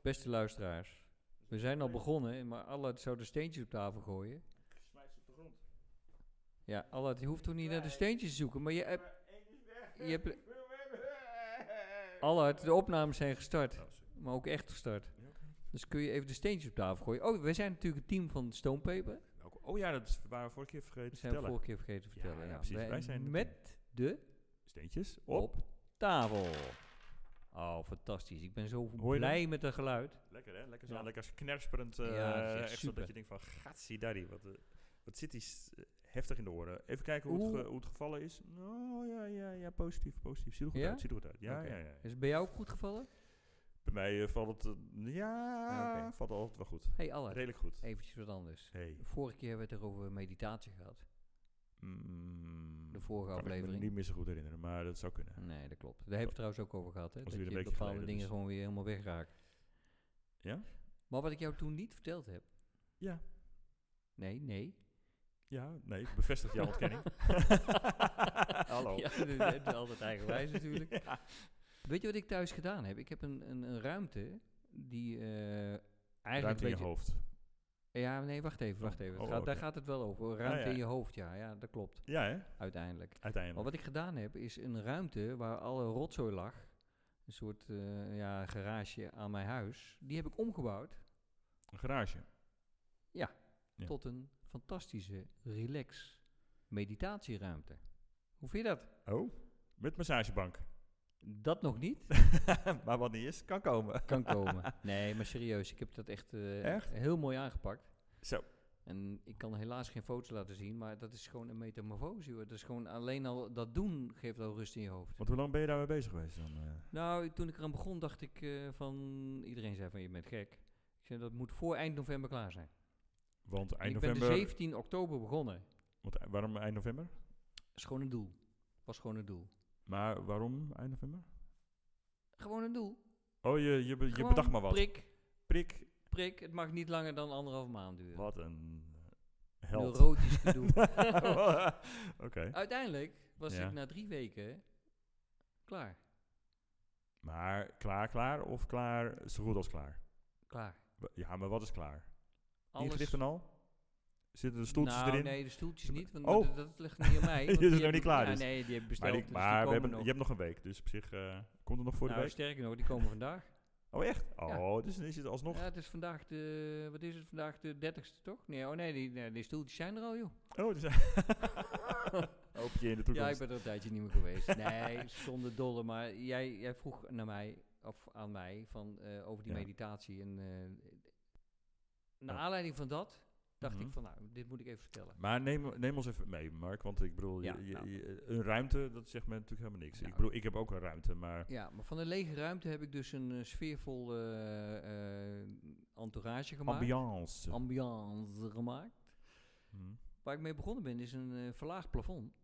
Beste luisteraars, we zijn al begonnen, maar Allard zou de steentjes op tafel gooien. Smijt ze op de grond. Ja, Allard, je hoeft toch niet naar de steentjes te zoeken, maar je hebt... Eén is weg. Je hebt- Ik wil weg. Allard, de opnames zijn gestart, Oh, sorry. maar ook echt gestart. Ja, oké. Dus kun je even de steentjes op tafel gooien. Oh, wij zijn natuurlijk het team van Stonepaper. Nou, Oh ja, dat waren we vorige keer vergeten Dat te zijn we vertellen. vorige keer vergeten te Ja, vertellen. ja, precies. Wij zijn het met de Steentjes op. op tafel. Oh, fantastisch. Ik ben zo Hoor je nou? blij met het geluid. Lekker hè? Lekker zo, zo, Ja. lekker knersperend. Ja, dat is echt echt zo super. dat je denkt van, gatsidari, wat, eh, wat zit die s- eh, heftig in de oren. Even kijken hoe, het, Oeh. ge- hoe het gevallen is. Oh ja, ja, ja, positief, positief. Ziet er goed Ja? uit, ziet er goed uit. Ja, Oké. ja, ja. Is het bij jou ook goed gevallen? Bij mij eh, valt het, eh, ja, Ah, oké. valt altijd wel goed. Hey Allard, Redelijk goed. eventjes wat anders. Hey. Vorige keer hebben we het er over meditatie gehad. Mm, De vorige kan ik me aflevering. Mm. niet meer zo goed herinneren, maar dat zou kunnen. Nee, dat klopt. Daar hebben we het trouwens ook over gehad. Hè? Dat weer een je weekje bepaalde geleden, dingen dus. gewoon weer helemaal wegraakt. Ja? Maar wat ik jou toen niet verteld heb. Ja. Nee, nee. Ja, nee, ik bevestig jouw ontkenning. Hallo. Ja, dat is- dat is altijd eigenwijs natuurlijk. Weet je wat ik thuis gedaan heb? Ik heb een, een, een ruimte die eh, eigenlijk Ruimte een in je beetje... hoofd. Ja, nee, wacht even, wacht even. Het oh, gaat, Daar oké. gaat het wel over. Ruimte Ah, ja. in je hoofd, ja. Ja, dat klopt. Ja, hè? Uiteindelijk. Maar Uiteindelijk. wat ik gedaan heb, is een ruimte waar alle rotzooi lag. Een soort eh, ja, garage aan mijn huis. Die heb ik omgebouwd Een garage. Ja. tot een fantastische relax meditatieruimte. Hoe vind je dat? Oh? Met massagebank. Dat nog niet maar wat niet is, kan komen. kan komen. Nee, maar serieus, ik heb dat echt, eh, Echt? heel mooi aangepakt. Zo. En ik kan helaas geen foto's laten zien, maar dat is gewoon een metamorfose. hoor. Dat is gewoon alleen al dat doen geeft al rust in je hoofd. Want hoe lang ben je daarmee bezig geweest dan? eh? Nou, toen ik eraan begon, dacht ik eh, van... Iedereen zei van, je bent gek. Ik zei, dat moet voor eind november klaar zijn. Want En eind ik ben de november... 17 oktober begonnen. want, eh, waarom eind november? is gewoon een doel. Was gewoon een doel. Maar waarom eind november? Gewoon een doel. Oh, je, je, be- je Gewoon bedacht maar wat. Prik, Prik. prik. Het mag niet langer dan anderhalf maand duren. Wat een eh, Een held. Neurotisch gedoe. Oké. Uiteindelijk was Ja. ik na drie weken klaar. Maar klaar, klaar of klaar? Zo goed als klaar. Klaar. Wa- Ja, maar wat is klaar? Alles- Ingericht en al? Zitten de stoeltjes nou, erin? nee, de stoeltjes niet, want Oh. dat, dat ligt niet aan mij. Je want is die nog heb niet ik- klaar ja, dus. Nee, die heb ik besteld. maar die- dus maar we die hebben, komen je nog. hebt nog een week, dus op zich eh, komt er nog voor de Nou, week. sterker nog, die komen vandaag. Oh, echt? Ja. Oh, dus dan is het alsnog. Ja, het is vandaag de, wat is het vandaag, de 30ste toch? Nee, oh nee, die, nee, die stoeltjes zijn er al, joh. Oh, dus. Hoop je in de Ja, toekomst. ik ben er een tijdje niet meer geweest. Nee, zonder dolle, maar jij, jij vroeg naar mij, of aan mij, van, eh, over die Ja. meditatie. En eh, naar Ja. aanleiding van dat dacht Mhm. ik van, nou, dit moet ik even vertellen. Maar neem, neem ons even mee, Mark. Want ik bedoel, je- Ja, je- nou. je- een ruimte, dat zegt me natuurlijk helemaal niks. Nou. Ik bedoel, ik heb ook een ruimte, maar. Ja, maar van een lege ruimte heb ik dus een eh, sfeervol eh, eh, entourage gemaakt. Ambiance. Ambiance gemaakt. Hm. Waar ik mee begonnen ben is een eh, verlaagd plafond.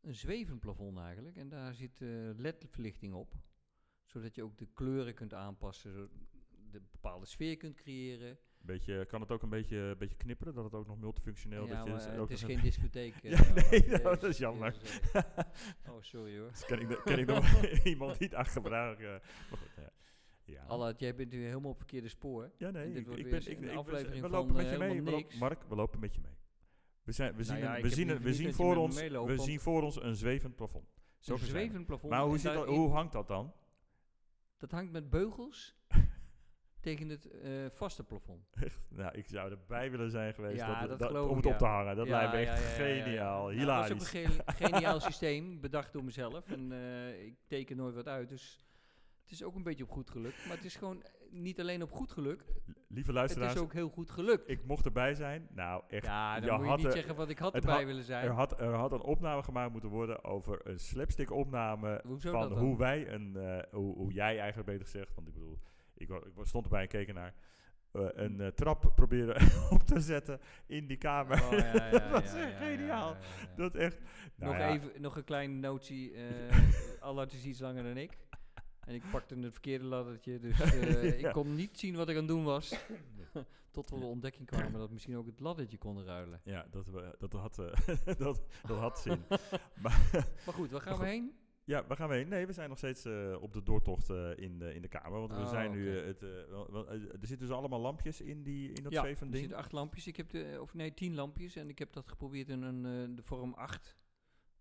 Een zwevend plafond eigenlijk. En daar zit eh ledverlichting op. Zodat je ook de kleuren kunt aanpassen. zo- De bepaalde sfeer kunt creëren. Beetje, kan het ook een beetje, beetje knipperen, dat het ook nog multifunctioneel ja, dat je dus maar, eh, ook het is nog- geen discotheek. eh, Ja, nou, nee, laat- nou, dat Jezus, is jammer. Jezus, eh. Oh, sorry hoor. Dus ken ik, de- ken ik nog iemand niet aangebracht. eh. Maar goed, ja. ja. Allard, jij bent nu helemaal op verkeerde spoor. Ja, En nee, dit ik, wordt ik weer ben, eens ik, een ik- aflevering we van, lopen met eh, je mee. helemaal we lopen- niks. Nou Mark, we lopen met je mee. We, zijn, we zien, ja, een- ik we heb zien, liever een- we niet zien, dat je voor, met me ons, meeloopt, we want- zien voor ons een zwevend plafond. Zo Een gezegd. zwevend plafond. Maar hoe, en zit dat, daarin- hoe hangt dat dan? dat hangt met beugels tegen het eh, vaste plafond. Nou, ik zou erbij willen zijn geweest Ja, dat, dat dat- geloof om ik, het op te ja. hangen. Dat Ja, lijkt me ja, echt ja, ja, ja. geniaal, Nou, hilarisch. Het was ook een ge- geniaal systeem, bedacht door mezelf. En eh, ik teken nooit wat uit, dus het is ook een beetje op goed geluk. Maar het is gewoon eh, niet alleen op goed geluk, Lieve het is luisteraars, ook heel goed gelukt. ik mocht erbij zijn. Nou, echt. ja, je dan moet je had niet er- zeggen wat ik had het erbij had- willen zijn. Er had, er had een opname gemaakt moeten worden over een slapstick opname Hoezo dat van dan? hoe wij een, eh, hoe, hoe jij eigenlijk beter gezegd, want ik bedoel, ik, wa- ik wa- stond erbij en keek ernaar, eh, een eh, trap proberen op te zetten in die kamer. Oh, ja, ja, ja, dat is ja, echt ja, geniaal. ja, ja, ja. Dat echt. Nou nog, ja, even, nog een klein notie. eh, Allard is iets langer dan ik. En ik pakte het verkeerde laddertje, dus eh, Ja. ik kon niet zien wat ik aan het doen was. Tot we de ontdekking kwamen dat we misschien ook het laddertje konden ruilen. Ja, eh, dat, we, dat, had, eh, dat, dat had zin. maar, Maar goed, waar gaan we heen? Ja, waar gaan we heen? Nee, we zijn nog steeds eh, op de doortocht eh, in, de, in de kamer. Want we Oh, zijn nu... oké. eh, het, eh, wel- wel- eh, er zitten dus allemaal lampjes in, die, in dat ja, zweven er ding. zitten acht lampjes. Ik heb de, of nee, tien lampjes. En ik heb dat geprobeerd in een, eh, de vorm 8.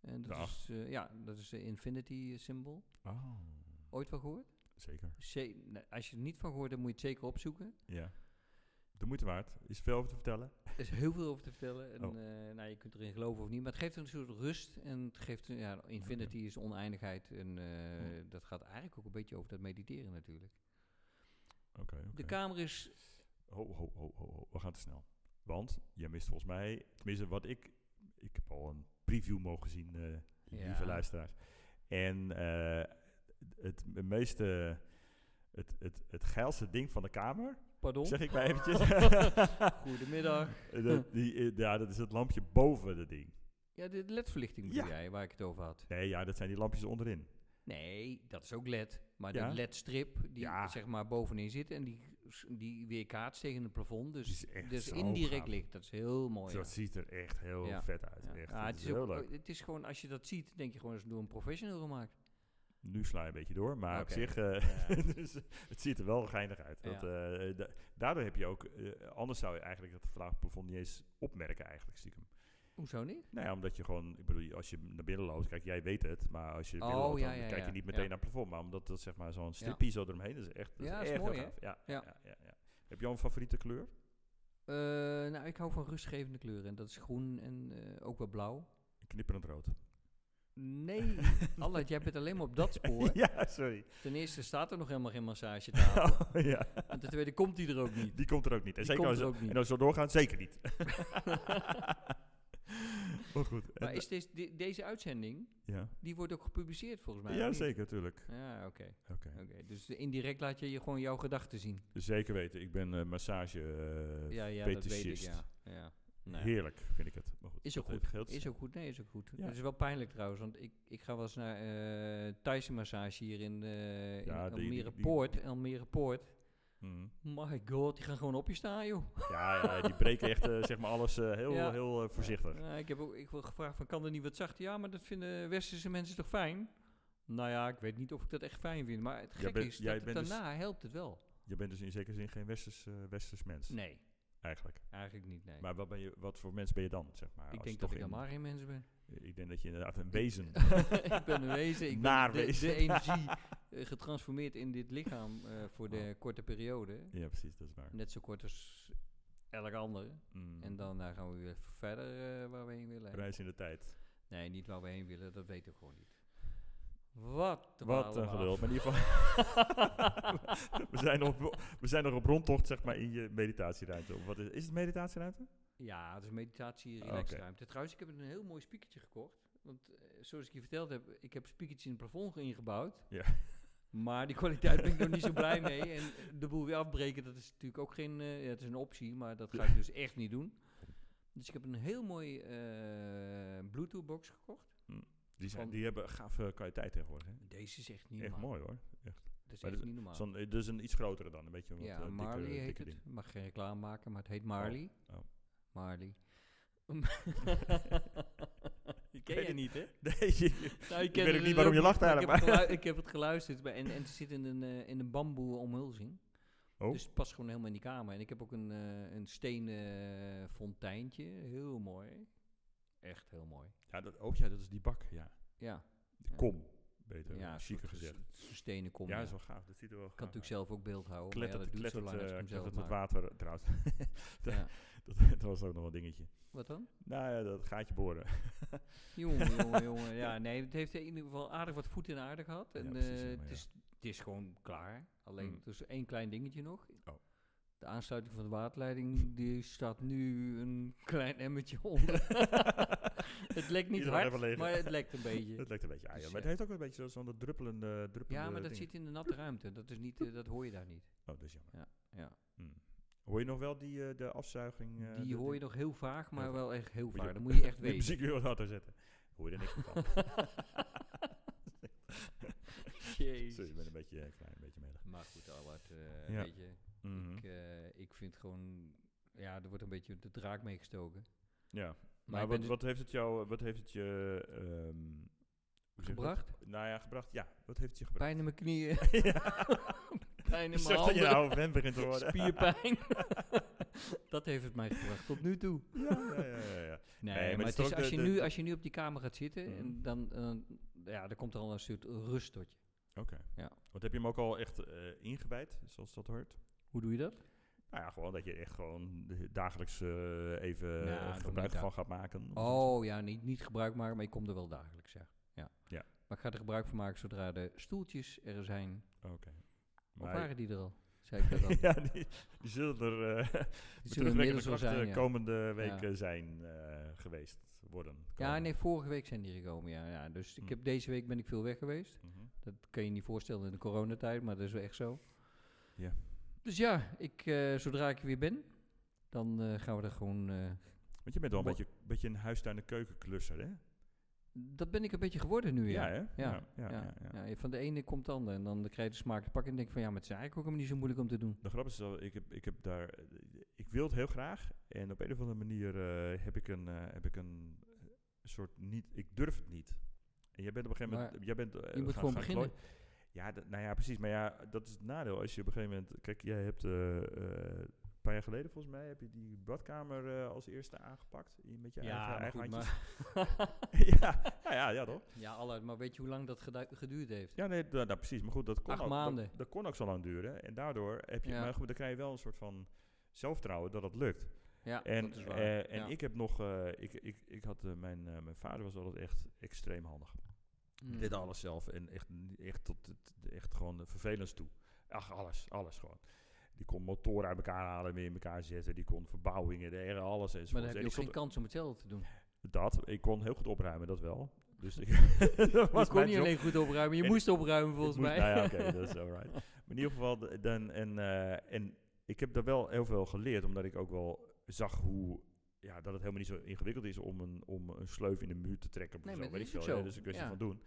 En dat De is, acht. eh, ja, dat is de infinity eh, symbool. Oh, Ooit van gehoord? zeker. Ze- nee, als je er niet van gehoord hebt, moet je het zeker opzoeken. Ja. De moeite waard. Is veel over te vertellen. Er is heel veel over te vertellen. En, Oh. eh, nou, je kunt erin geloven of niet. Maar het geeft een soort rust. En het geeft, een- ja, infinity is oneindigheid. En eh, Oh. dat gaat eigenlijk ook een beetje over dat mediteren natuurlijk. Oké, oké. De kamer is Ho, ho, ho, ho, ho. We gaan te snel. Want jij mist volgens mij... Tenminste, wat ik... Ik heb al een preview mogen zien, eh, lieve Ja. luisteraars. En eh, het meeste... Het, het, het geilste ding van de kamer, Pardon? zeg ik maar eventjes. Goedemiddag. dat, die, eh, ja, dat is het lampje boven dat ding. Ja, de ledverlichting bedoel Ja. jij, waar ik het over had. Nee, ja, dat zijn die lampjes onderin. Nee, dat is ook led. Maar Ja? de ledstrip die Ja. zeg maar bovenin zit en die, die weerkaatst tegen het plafond. Het is Dus, echt dus zo indirect gaaf. licht. Dat is heel mooi. Dat ziet er echt heel Ja. vet uit. ja. Echt, Ja, het is heel ook- leuk. het is gewoon, als je dat ziet, denk je gewoon, dat is door een professional gemaakt. Nu sla je een beetje door, maar op Oké. zich... eh, Ja. dus, het ziet er wel geinig uit. Dat, eh, da- daardoor heb je ook... eh, anders zou je eigenlijk dat verlaagd plafond niet eens opmerken eigenlijk stiekem. Hoezo niet? Nou ja, omdat je gewoon... Ik bedoel, als je naar binnen loopt... Kijk, jij weet het, maar als je naar binnen Oh, loopt... ja, dan ja, kijk je ja, niet ja. meteen naar het plafond. Maar omdat dat zeg maar zo'n stripje zo eromheen is. Echt, dat Ja, is is echt mooi, heel hè? gaaf. Ja, ja. Ja. Ja, ja. Heb je al een favoriete kleur? Eh, nou, ik hou van rustgevende kleuren. En dat is groen en eh, ook wel blauw. Knipperend rood. Nee, Allard, jij bent alleen maar op dat spoor. ja, sorry. Ten eerste staat er nog helemaal geen massagetafel. ja. En ten tweede komt die er ook niet. Die komt er ook niet. En, Nou. Die zeker komt als, er ook niet. en als we doorgaan, zeker niet. maar goed. en- Maar is deze, de- deze uitzending, ja. die wordt ook gepubliceerd volgens mij? of ja, niet? zeker, tuurlijk. Ja, oké. Oké. Oké, Dus de- indirect laat je, je gewoon jouw gedachten zien. Zeker weten. Ik ben eh massage eh, ja, ja, dat weet ik, fetischist. ja. ja. Nou ja. Heerlijk, vind ik het. Maar goed, Is ook dat goed. geldt. Is ook goed, nee, is ook goed. Ja. Het is wel pijnlijk trouwens, want ik, ik ga wel eens naar eh Thaise massage hier in, eh in Ja, die- die- Almere die- Poort. Almere Poort. Mm. My god, die gaan gewoon op je staan, joh. Ja, ja, die breken echt eh, zeg maar alles eh, heel, Ja. heel eh, voorzichtig. Ja, ik heb ook ik word gevraagd van, kan er niet wat zachter? Ja, maar dat vinden westerse mensen toch fijn? Nou ja, ik weet niet of ik dat echt fijn vind, maar het Jij gek bent- is, jij dat het bent dus- daarna helpt het wel. Je bent dus in zekere zin geen westers, eh, westers mens, Nee, eigenlijk. eigenlijk niet, nee. Maar wat, ben je, wat voor mens ben je dan, zeg maar? als ik je denk toch dat ik in- helemaal geen mens ben. Ik denk dat je inderdaad een wezen ik ben een wezen, ik Naar ben de, wezen. de energie eh, getransformeerd in dit lichaam eh, voor de Wauw. korte periode. Oh. Ja, precies, dat is waar. Net zo kort als elk ander. Mm. En daarna gaan we weer verder eh, waar we heen willen. Reis in de tijd. Nee, niet waar we heen willen, dat weet ik gewoon niet. Wat, Wat een dwalen we af. geduld. Maar in ieder geval, we, zijn nog op, we zijn nog op rondtocht zeg maar, in je meditatieruimte. Of wat is, is het meditatieruimte? Ja, het is meditatie, Oké. relaxruimte. Trouwens, ik heb een heel mooi spiekertje gekocht. Want eh, zoals ik je verteld heb, ik heb spiekertjes in het plafond ingebouwd. Ja. Maar die kwaliteit ben ik nog niet zo blij mee. En eh, de boel weer afbreken, dat is natuurlijk ook geen... eh, ja, het is een optie, maar dat ga ik dus echt niet doen. Dus ik heb een heel mooi eh, Bluetooth-box gekocht. Die, zijn, Van- die hebben gave kwaliteit tegenwoordig. Hè? Deze is echt niet Echt normaal. mooi hoor. Dat is Maar echt dit- niet normaal. Zo'n, eh, dus een iets grotere dan. Een beetje wat, ja, eh, Marley dikker- heet dikker het. ding. Ik mag geen reclame maken, maar het heet Marley. oh. Marley. Die ken weet je het niet, hè? Nee, je- Nou, ik, Ik ken weet ook het niet waarom je ook lacht maar Ik eigenlijk, heb, maar- gelu- ik heb het geluisterd bij, en, en het zit in een, eh, in een bamboe omhulzing. Oh. Dus het past gewoon helemaal in die kamer. En ik heb ook een, eh een stenen eh, fonteintje. Heel mooi. Echt heel mooi. ja, dat, oh ja, dat is die bak. Ja. Ja. De kom, beter ja, ja, een chiquer soort- gezegd. een soort stenen kom. Ja, ja. dat is wel gaaf. Dat ziet er wel Ik kan natuurlijk zelf ook beeld houden. maar ja, Klettert, dat doet zo klettert, lang als ik eh, hem zelf maak. klettert het water trouwens. water. Ja. Dat, dat was ook nog wel een dingetje. Wat dan? Nou ja, dat gaatje boren. Jongen, jongen, jongen. Ja, nee, het heeft in ieder geval aardig wat voet in de aarde gehad. Ja, En precies, eh, helemaal, het, ja. is, het is gewoon klaar. Alleen, Mm. er is één klein dingetje nog. Oh. De aansluiting van de waterleiding, die staat nu een klein emmertje onder. het lekt niet Iedereen even hard, leeg. maar het lekt een beetje. Het lijkt een beetje aan, ja. Dus, Maar het ja. heeft ook een beetje zo- zo'n dat druppelende, druppelende Ja, maar dat ding. zit in de natte ruimte. Dat, is niet, eh, dat hoor je daar niet. Oh, dat is jammer. Ja. Hmm. Hoor je nog wel die eh, de afzuiging? eh, Die dat hoor je ding? nog heel vaag, maar Heel vaak. wel echt heel Moet je- vaak. Dan moet je echt Die weten. muziek weer wat harder zetten. Hoor je er niks van. Sorry, ik Jezus. ben een beetje eh, klein, een beetje melig. Maar goed, Albert, eh Ja. weet je, Mhm. Ik, eh, ik vind gewoon, ja, er wordt een beetje de draak mee gestoken. Ja, Maar maar ik ben wat, dus- wat heeft het jou, wat heeft het je ehm, Hoe zeg je dat? Gebracht? Nou ja, gebracht. Ja, wat heeft hij gebracht? Pijn in mijn knieën, ja. nou pijn in mijn Besef dat je handen, een oude vent begint te worden. spierpijn. dat heeft het mij gebracht tot nu toe. ja, ja, ja, ja, ja. Nee, Nee, maar maar, het het is is, ook als, de- je de- nu, als je nu op die kamer gaat zitten, Mhm. en dan, eh, ja, dan komt er al een soort rust tot je. Oké. Ja. Want heb je hem ook al echt eh, ingewijd, zoals dat hoort? Hoe doe je dat? Nou ja, gewoon dat je echt gewoon de- dagelijks eh, even Nou, eh, nog gebruik niet, van gaat maken. Oh ja, niet, niet gebruik maken, maar ik kom er wel dagelijks, ja. ja. Ja. Maar ik ga er gebruik van maken zodra de stoeltjes er zijn. Of Maar- waren die er al? Zei ik dat al? Die ja, die, die zullen er eh met zullen terugwerkende inmiddels al kracht zijn, eh, ja. komende week Ja. eh, zijn eh, geweest worden. Ja, Komen. nee, vorige week zijn die gekomen, ja. ja dus Hm. ik heb, deze week ben ik veel weg geweest. Mhm. Dat kun je niet voorstellen in de coronatijd, maar dat is wel echt zo. Ja. Dus ja, ik, eh, zodra ik er weer ben, dan eh, gaan we er gewoon... eh, Want je bent wel een Wa- beetje, beetje een huistuin- en keukenklusser, hè? dat ben ik een beetje geworden nu, ja. hè? Ja, ja, ja, ja, ja. ja, van de ene komt de andere. En dan krijg je de smaak te pakken en denk je van... Ja, maar het is eigenlijk ook helemaal niet zo moeilijk om te doen. De grap is, dat ik heb, ik heb daar... eh, Ik wil het heel graag. En op een of andere manier eh, heb ik een, eh, heb ik een eh, soort niet... Ik durf het niet. En jij bent op een gegeven moment... Maar jij bent, eh, je moet gaan- gewoon gaan beginnen. klooien. Ja, dat- nou ja, precies. Maar ja, dat is het nadeel. Als je op een gegeven moment... Kijk, jij hebt eh, eh, een paar jaar geleden volgens mij... heb je die badkamer eh, als eerste aangepakt. in- Met je eigen, eigen handjes. ja, nou ja, ja, toch? ja, alle, maar weet je hoe lang dat gedu- geduurd heeft? Ja, nee, da- da- precies. Maar goed, dat kon, Acht ook, dat- maanden. Dat, kon ook zo lang duren. En daardoor heb je, Ja. maar goed, dan krijg je wel een soort van zelfvertrouwen dat dat lukt. Ja, en dat is waar. eh, en ja. ik heb nog, eh, ik, ik, ik had, eh, mijn, eh, mijn vader was altijd echt extreem handig. Mm. Dit alles zelf en echt, echt, tot, het- echt gewoon eh, vervelend toe. Ach, alles, alles gewoon. Die kon motoren uit elkaar halen, en weer in elkaar zetten. Die kon verbouwingen, de hele- alles. enzovoorts. Maar En dan heb ik je ook stond- geen kans om hetzelfde te doen. Dat, ik kon heel goed opruimen, dat wel. Dus ik, dat Je was kon mijn niet job. alleen goed opruimen, je En moest opruimen Ik volgens moest- mij. Nou ja, oké, dat is alright. Maar in ieder geval, d- dan, en, eh, en ik heb daar wel heel veel geleerd, omdat ik ook wel zag hoe, ja, dat het helemaal niet zo ingewikkeld is om een, om een sleuf in de muur te trekken. of Nee, zo, maar dat weet ik is ook veel, hè, zo, Dus een kwestie ja. van doen.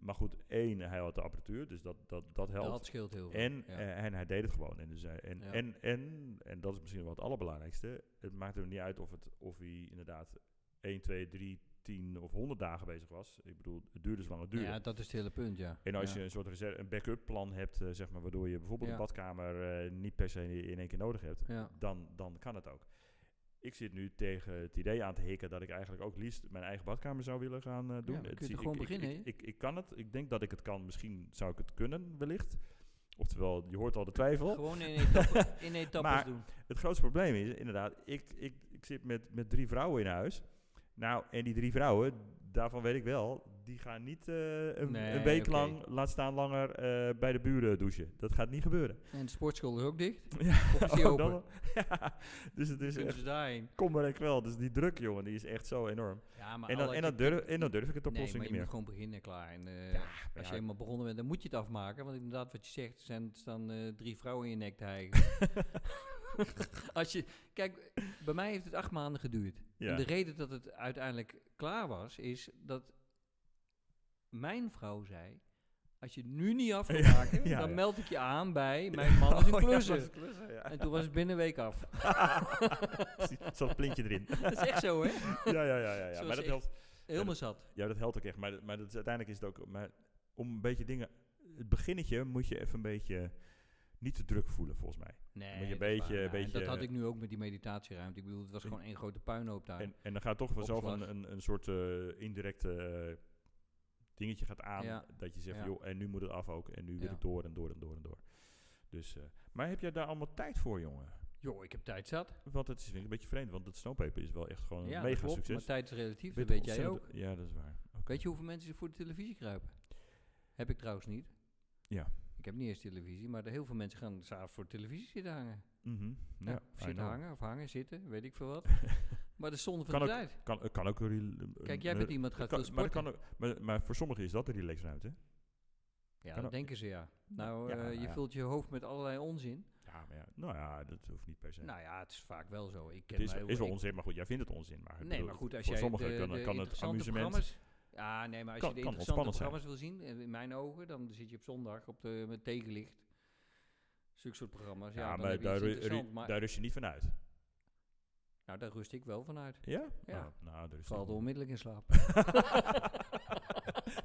Maar goed, één, hij had de apparatuur, dus dat, dat, dat helpt. dat scheelt heel veel. en, ja. eh, en hij deed het gewoon. En, dus hij- en, Ja. en, en, en dat is misschien wel het allerbelangrijkste. Het maakt hem niet uit of, het, of hij inderdaad 1, 2, 3, 10 of 100 dagen bezig was. Ik bedoel, het duurde zo lang het duurde. Nou ja, dat is het hele punt, ja. En als Ja. je een soort reserve, een backup plan hebt, eh, zeg maar, waardoor je bijvoorbeeld Ja. een badkamer eh, niet per se in één keer nodig hebt, Ja. dan, dan kan het ook. Ik zit nu tegen het idee aan te hikken dat ik eigenlijk ook liefst mijn eigen badkamer zou willen gaan eh, doen. dan kun je Het zie- toch gewoon ik, beginnen, Ik, hè? ik, ik kan het. Ik denk dat ik het kan. Misschien zou ik het kunnen, wellicht. Oftewel, je hoort al de twijfel. Gewoon in, etappe, in etappes Maar- doen. Het grootste probleem is inderdaad, ik, ik, ik zit met, met drie vrouwen in huis. Nou, en die drie vrouwen, daarvan weet ik wel, die gaan niet eh, een, Nee, een week oké. lang, laat staan langer, eh, bij de buren douchen. Dat gaat niet gebeuren. En de sportschool is ook dicht. Ja, Of is die ook open? dat wel. ja, dus het is Kunnen echt, ze daarheen? kom maar en kwel. Dus die druk, jongen, die is echt zo enorm. Ja, maar En dan, alle- en, dan durf, en dan durf ik het Nee, oplossing maar je niet moet meer. gewoon beginnen klaar. En, eh, maar als ja, je eenmaal begonnen bent, dan moet je het afmaken. Want inderdaad, wat je zegt, er zijn, er staan eh, drie vrouwen in je nek te hijgen. als je, kijk, bij mij heeft het acht maanden geduurd. Ja. En de reden dat het uiteindelijk klaar was, is dat mijn vrouw zei... Als je het nu niet af kan Ja, maken, ja, dan ja. meld ik je aan bij mijn man is een Oh, ja, klusser. was een klusser, ja. En toen was het binnen een week af. Precies, Zat een plintje erin. dat is echt zo, hè? ja, ja, ja, ja. ja. Zoals Maar dat echt. helpt, Helemaal zat. Ja, dat helpt ook echt. Maar, dat- maar dat is, uiteindelijk is het ook... Maar om een beetje dingen... Het beginnetje moet je even een beetje niet te druk voelen, volgens mij. Nee, Moet je een dat is beetje- waar. Ja, beetje- Dat had ik nu ook met die meditatieruimte. Ik bedoel, het was En- gewoon één grote puinhoop daar. En, en dan gaat toch vanzelf Ah. Opslag. een, een, een soort eh, indirecte eh, dingetje gaat aan. Ja. Dat je zegt, Ja. joh, en nu moet het af ook. En nu wil Ja. ik door en door en door en door. Dus, eh, maar heb jij daar allemaal tijd voor, jongen? Joh, ik heb tijd zat. Want het is vind ik een beetje vreemd, want het snowpaper is wel echt gewoon ja, een dat mega klopt. Maar succes. tijd is relatief, Ben dat je weet jij ook. ontzettend- Ja, dat is waar. Oké. Weet je hoeveel mensen er voor de televisie kruipen? Heb ik trouwens niet. Ja. Ik heb niet eens televisie, maar er heel veel mensen gaan s'avonds voor de televisie zitten hangen. Mhm. Ja, Ja, of I zitten know. hangen, of hangen, zitten, weet ik veel wat. maar de zonde van Kan de ook- tijd. Kan, het kan ook... een rel- Kijk, jij een- bent iemand het gaat kan- veel maar, het sporten. kan ook, maar, maar voor sommigen is dat de relaxruimte. hè? ja, kan dat ook. denken ze ja. Nou, Ja, eh, nou je ja. vult je hoofd met allerlei onzin. Ja, maar ja, nou ja, dat hoeft niet per se. Nou ja, het is vaak wel zo. Ik het ken is, mij- is wel ik- onzin, maar goed, jij vindt het onzin. Maar ik Nee, bedoel, maar goed, als voor jij sommigen de, kan, de kan het interessante amusement... programma's... Ja, nee, maar als Kan- je de kan interessante ontspannend zijn. programma's wil zien, eh, in mijn ogen, dan zit je op zondag op de, met tegenlicht. Zulke soort programma's. Ja, Ja, dan maar heb je daar, iets ru- interessant, ru- maar daar rust je niet van uit. nou, daar rust ik wel van uit. Ja? Ja. Ah, Oh, nou, daar Ik is val er toch- onmiddellijk in slaap.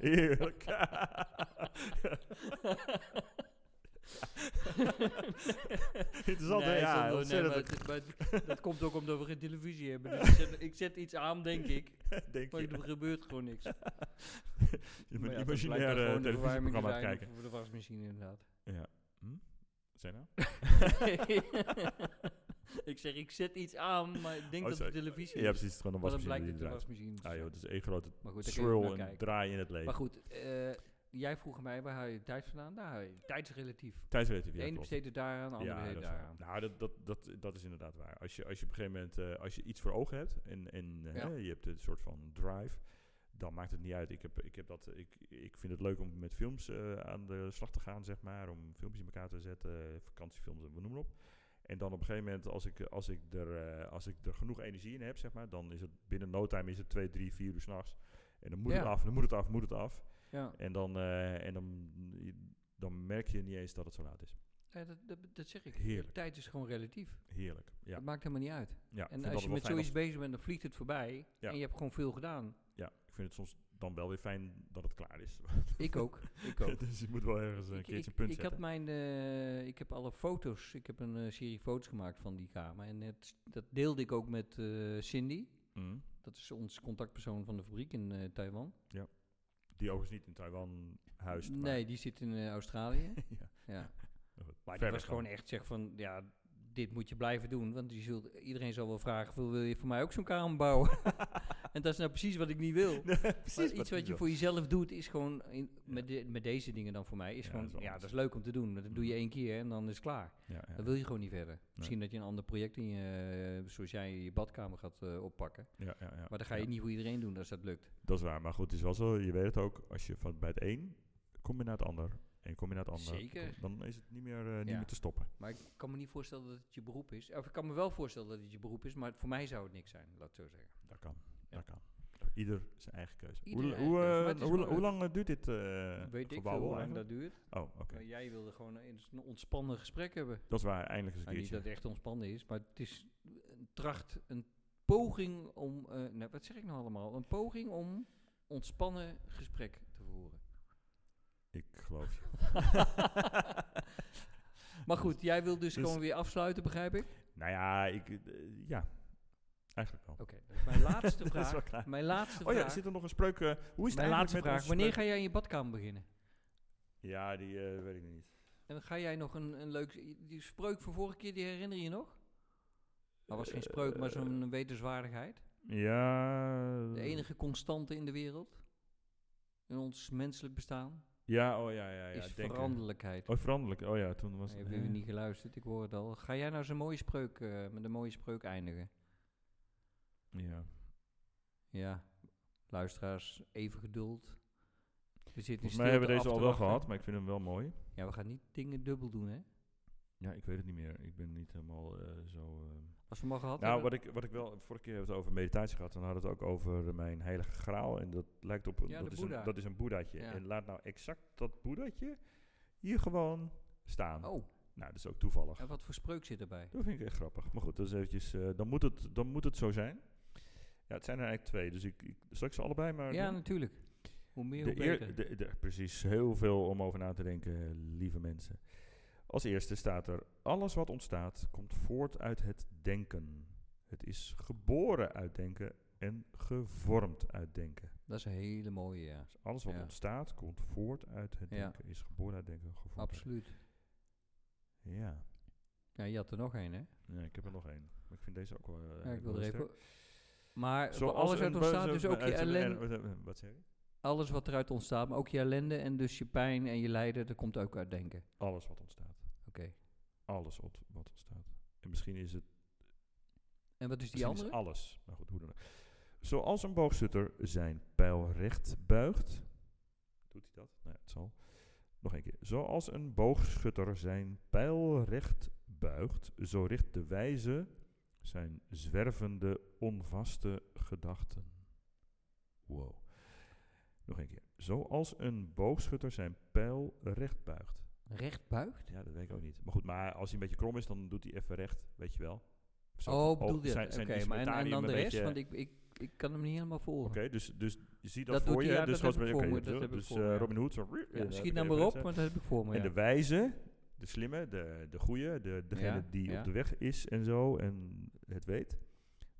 Heerlijk. Interessant, hè? Nee, zonder- ja. nee, ontzettend. maar het- maar het- dat komt ook omdat we geen televisie hebben. Dus ik, zet, ik zet iets aan, denk ik. Denk Maar je, er gebeurt gewoon niks. je Maar bent ja, dat een blijkt dan imaginair eh, gewoon de verwarming te televisieprogramma aan het zijn kijken. Voor de wasmachine, inderdaad. Zijn nou? ik zeg, ik zet iets aan, Um, maar ik denk Oh, dat het sorry. televisie Ja, is. precies. Het is gewoon een Maar dan wasmachine blijkt die het de draait. wasmachine te Ah joh, zijn. het is één grote Maar goed, daar kun je ook swirl naar en kijken. draai in het Maar leven. goed, eh, jij vroeg mij, waar haal je tijd vandaan? Nou, haal je- tijd is relatief. Tijdsrelatie, De ja, ene klopt. besteedt het daaraan, de andere Ja, dat besteedt is waar. daaraan. Nou, dat, dat, dat, dat is inderdaad waar. Als je, als je op een gegeven moment eh, als je iets voor ogen hebt en, en eh, Ja. hè, je hebt een soort van drive, dan maakt het niet uit. Ik, heb, ik, heb dat, ik, ik vind het leuk om met films eh, aan de slag te gaan, zeg maar. Om filmpjes in elkaar te zetten, eh, vakantiefilms en we noemen op. En dan op een gegeven moment, als ik, als, ik er, eh, als ik er genoeg energie in heb, zeg maar, dan is het binnen no time is het twee, drie, vier uur s'nachts. En dan moet Ja. het af, dan moet het af, moet het af. Ja, En dan, eh, en dan, dan merk je niet eens dat het zo laat is. Ja, dat, dat, dat zeg ik. Heerlijk. Tijd is gewoon relatief. Heerlijk. Ja. Het maakt helemaal niet uit. Ja, ik vind En het als je met altijd wel fijn zoiets bezig bent, dan vliegt het voorbij. Ja. En je hebt gewoon veel gedaan. Ja, ik vind het soms dan wel weer fijn dat het klaar is. Ik ook. Ik ook. dus je moet wel ergens een Ik- keertje ik, een punt ik had zetten. mijn, eh, ik heb alle foto's, ik heb een eh, serie foto's gemaakt van die kamer. En het, dat deelde ik ook met eh, Cindy. Mm. Dat is ons contactpersoon van de fabriek in eh, Taiwan. Die overigens niet in Taiwan huist. maar- nee, die zit in eh, Australië. ja. ja. Maar goed, Maar die verder was dan. gewoon echt zeg van, ja, dit moet je blijven doen. Want je zult, iedereen zal wel vragen, wil wil je voor mij ook zo'n kamer bouwen? en dat is nou precies wat ik niet wil. Nee, Maar precies. iets ik wat je wil. voor jezelf doet, is gewoon, in, met, de- met deze dingen dan voor mij, is Ja, gewoon, dat is wel ja, dat anders. is leuk om te doen. maar Dat doe je Mhm. één keer en dan is het klaar. Ja, ja. Dan wil je gewoon niet verder. Misschien dat je een ander project in je, eh, zoals jij je badkamer gaat eh, oppakken. Ja, ja, ja. Maar dat ga je Ja, niet voor iedereen doen als dat lukt. Dat is waar, maar goed, het is wel zo. Je weet het ook, als je van bij het een kom je naar het ander en kom je naar het ander, Zeker. kom- dan is het niet meer, eh, niet Ja. meer te stoppen. Maar ik kan me niet voorstellen dat het je beroep is. Of ik kan me wel voorstellen dat het je beroep is, maar voor mij zou het niks zijn, laat ik het zo zeggen. Dat kan, Ja. dat kan. Ieder zijn eigen keuze. Ieder hoe, eigen hoe, keuze, eh, maar het is hoe, gewoon hoe leuk. lang eh, duurt dit eh Weet ik gebouw veel hoe lang eigenlijk? dat duurt. Oh, oké. Maar jij wilde gewoon een, een ontspannen gesprek hebben. Dat is waar, eindelijk eens een Nou, niet keertje. dat het echt ontspannen is, maar het is een tracht, een poging om... eh, nou, wat zeg ik nou allemaal? Een poging om ontspannen gesprek te voeren. Ik geloof je. maar goed, jij wil dus, Dus- gewoon weer afsluiten, begrijp ik? Nou ja, ik, eh, ja, eigenlijk wel. Oké, dat is mijn laatste Dat is wel vraag. klaar. Mijn laatste Oh ja, vraag. zit er nog een spreuk? eh, hoe is het mijn eigenlijk laatste met vraag. ons Wanneer spreuk- ga jij in je badkamer beginnen? Ja, die eh, weet ik nog niet. En dan ga jij nog een, een leuk... Die spreuk van vorige keer, die herinner je je nog? Dat was geen spreuk, Eh, maar zo'n wetenswaardigheid. Ja. De enige constante in de wereld, in ons menselijk bestaan, Ja, oh ja, ja, ja. is denken. veranderlijkheid. Oh, veranderlijk. Oh ja, toen was Nee, het. hebben jullie eh, niet geluisterd, ik hoor het al. Ga jij nou zo'n mooie spreuk, eh, met een mooie spreuk eindigen? Ja. Ja, luisteraars, even geduld. We zitten in Volgens mij stilte hebben we af deze te al wel wachten. gehad, maar ik vind hem wel mooi. Ja, we gaan niet dingen dubbel doen, hè? Ja, ik weet het niet meer. Ik ben niet helemaal eh, zo. eh. Als we hem al gehad Nou, hebben... wat ik, wat ik wel. Vorige keer hebben we het over meditatie gehad. En dan hadden we het ook over eh, mijn heilige graal. En dat lijkt op. een- Ja, dat, de is een, Boeddha. dat is een boeddhaatje. Ja. En laat nou exact dat boeddhaatje hier gewoon staan. Oh, Nou, dat is ook toevallig. en wat voor spreuk zit erbij? Dat vind ik echt grappig. Maar goed, dat is eventjes, eh, dan, moet het, dan moet het zo zijn. Ja, het zijn er eigenlijk twee. Dus ik, ik zal ik ze allebei maar Ja, doen? natuurlijk. Hoe meer, hoe de eer- beter. de- de- Precies, heel veel om over na te denken, lieve mensen. Als eerste staat er, alles wat ontstaat komt voort uit het denken. Het is geboren uit denken en gevormd uit denken. Dat is een hele mooie, ja. Dus alles wat Ja. ontstaat komt voort uit het Ja. denken, is geboren uit denken, gevormd uit- Absoluut. Ja. Ja, je had er nog één, hè? ja, ik heb er nog één. Maar ik vind deze ook wel... eh, Ja, ik eigenlijk wil wel er sterk. even... Maar Zoals alles uit een- ontstaat, dus zo- ook je uit- ellende... en- Wat zeg je? Alles wat eruit ontstaat, maar ook je ellende en dus je pijn en je lijden, dat komt ook uit denken. Alles wat ontstaat. Oké. Alles wat, wat ontstaat. En misschien is het En wat is die misschien is andere? alles. Maar goed, hoe dan ook. Zoals een boogschutter zijn pijl recht buigt. Doet hij dat? Nee, het zal. Nog een keer. Zoals een boogschutter zijn pijl recht buigt, zo richt de wijze zijn zwervende, onvaste gedachten. Wow. Nog een keer. Zoals een boogschutter zijn pijl recht buigt. Recht buigt? Ja, dat weet ik ook niet. Maar goed, maar als hij een beetje krom is, dan doet hij even recht, weet je wel. Zo, Oh, bedoel je? zijn- Oké, zijn die maar en, en instrumentarium dan de een rest, beetje- want ik, ik, ik kan hem niet helemaal volgen. Oké, dus, dus je ziet dat, Dat voor doet je. hij, ja, dus dat heb zoals bij ik oké, voor me, dat je hebt zo- heb ik dus voor me, eh, ja. Robin Hood. Zo, ja, Ja, daar heb schiet je nou de maar op, mensen. want dat heb ik voor me. En ja. de wijze, de slimme, de, de goede, de, degene Ja, die ja. op de weg is en zo en het weet.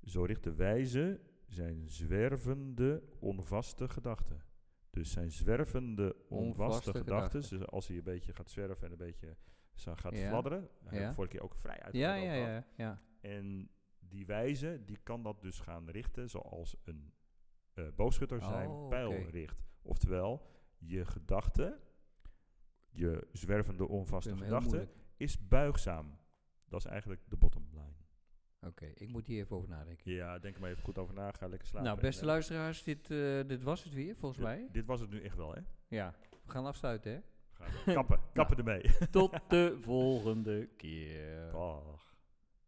Zo richt de wijze zijn zwervende, onvaste gedachten. Dus zijn zwervende, onvaste, Onvaste gedachten. gedachten. Dus als hij een beetje gaat zwerven en een beetje zo gaat Ja. fladderen. Hij Ja. heeft vorige keer ook vrij uit. ja, ja, ja, ja. En die wijze, die kan dat dus gaan richten zoals een eh, boogschutter zijn Oh, pijl oké. richt. Oftewel, je gedachte, je zwervende onvaste Vind ik heel gedachte, moeilijk. is buigzaam. Dat is eigenlijk de bottom line. Oké, ik moet hier even over nadenken. Ja, denk er maar even goed over na. Ga lekker slapen. nou, beste En, eh, luisteraars, dit, eh, dit was het weer, volgens mij. Dit, dit was het nu echt wel, hè? Ja, we gaan afsluiten, hè. Ga kappen, kappen ermee. Tot de volgende keer. Dag.